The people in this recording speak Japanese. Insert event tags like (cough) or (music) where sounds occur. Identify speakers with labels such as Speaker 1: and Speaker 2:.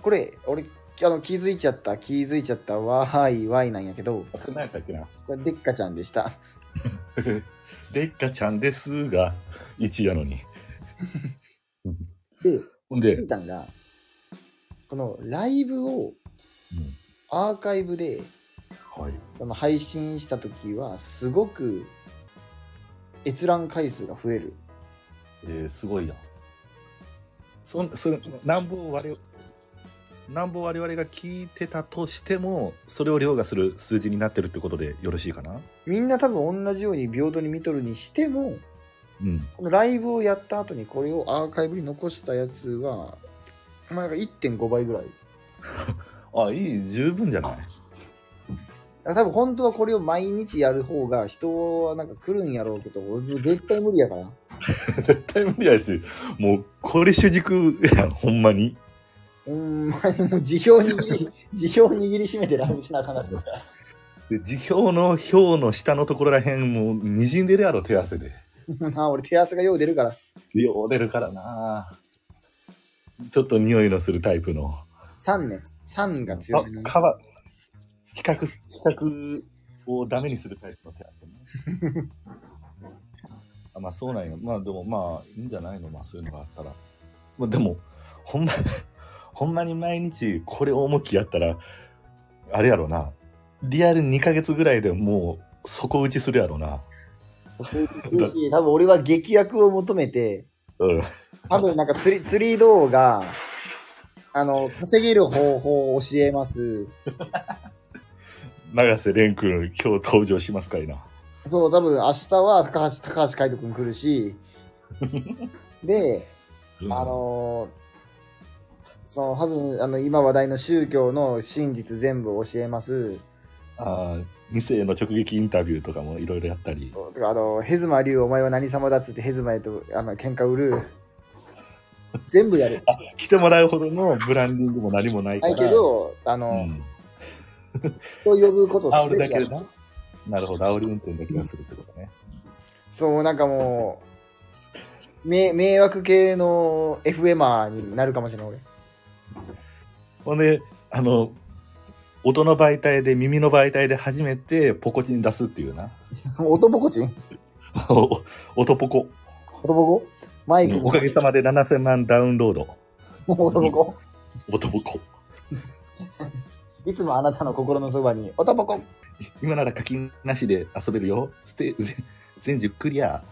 Speaker 1: これ、俺、あの、気づいちゃった、気づいちゃった、わーい、わーいなんやけど、
Speaker 2: あそんなんやったっけな。 (laughs)
Speaker 1: これ、でっかちゃんでした。
Speaker 2: でっかちゃんですが、1やのに。
Speaker 1: で、
Speaker 2: ほんで、
Speaker 1: ピータンが、このライブを
Speaker 2: うん
Speaker 1: アーカイブで、
Speaker 2: はい。
Speaker 1: その配信した時は、すごく、閲覧回数が増える。
Speaker 2: えー、すごいやん。そんそれなんぼ我々なんぼ我々が聞いてたとしてもそれを凌駕する数字になってるってことでよろしいかな
Speaker 1: みんな多分同じように平等に見とるにしても、
Speaker 2: うん
Speaker 1: このライブをやった後にこれをアーカイブに残したやつは、まあ、なんか1.5倍ぐらい。
Speaker 2: あいい十分じゃない (laughs)
Speaker 1: 多分本当はこれを毎日やる方が人はなんか来るんやろうけど、俺絶対無理やから。
Speaker 2: 絶対無理やしもうこれ主軸 (laughs) やんほんまに
Speaker 1: うーん、まあ、もう辞表握り、 (laughs) 辞表握りしめてライブしなあかんなと思った。
Speaker 2: で辞表の表の下のところらへんもうにじんでるやろ手汗で
Speaker 1: ま (laughs) あ、俺手汗がよう出るから。
Speaker 2: よう出るからなちょっと匂いのするタイプの
Speaker 1: 3ね。3が強
Speaker 2: あ
Speaker 1: いね。
Speaker 2: 皮比較比較をダメにするタイプの手汗ね
Speaker 1: (laughs)
Speaker 2: あまあそうなんやまあでもまあいいんじゃないのまあそういうのがあったら、まあ、でもほんま (laughs) ほんまに毎日これを重きやったらあれやろなリアル2ヶ月ぐらいでもう底打ちするやろな
Speaker 1: 嬉しい多分俺は劇薬を求めて、
Speaker 2: うん
Speaker 1: 多分なんか釣り、釣り動画、あの、稼げる方法を教えます。
Speaker 2: 永瀬廉君今日登場しますかいな
Speaker 1: そう、多分明日は高橋、高橋海人くん来るし、で、
Speaker 2: うん
Speaker 1: あのーその多分あの今話題の宗教の真実全部教えます。
Speaker 2: あー二世の直撃インタビューとかもいろいろやったり
Speaker 1: とかあのヘズマ竜お前は何様だっつってヘズマへとあの喧嘩売る。全部や (laughs) る。
Speaker 2: 来てもらうほどのブランディングも何もないか
Speaker 1: な
Speaker 2: ら
Speaker 1: いけど、あ
Speaker 2: う
Speaker 1: の、
Speaker 2: ん、
Speaker 1: 人を呼ぶことを
Speaker 2: 煽
Speaker 1: す
Speaker 2: る
Speaker 1: べ
Speaker 2: だ
Speaker 1: きや
Speaker 2: けな。なるほど、煽り運転だけはするってことね。
Speaker 1: そう、なんかもう、め迷惑系の FMR になるかもしれ (laughs) ない俺。
Speaker 2: ほんで、あの、音の媒体で、耳の媒体で初めてポコチン出すっていうな。 (laughs)
Speaker 1: 音ぼこちん
Speaker 2: お音ポコ。
Speaker 1: 音ぼこマイク (laughs)
Speaker 2: お
Speaker 1: も
Speaker 2: かげさまで7000万ダウンロード。
Speaker 1: 音ぼこ
Speaker 2: 音ポコ。
Speaker 1: いつもあなたの心のそばに音ぼこ
Speaker 2: 今なら課金なしで遊べるよ。ステージ、全10クリア。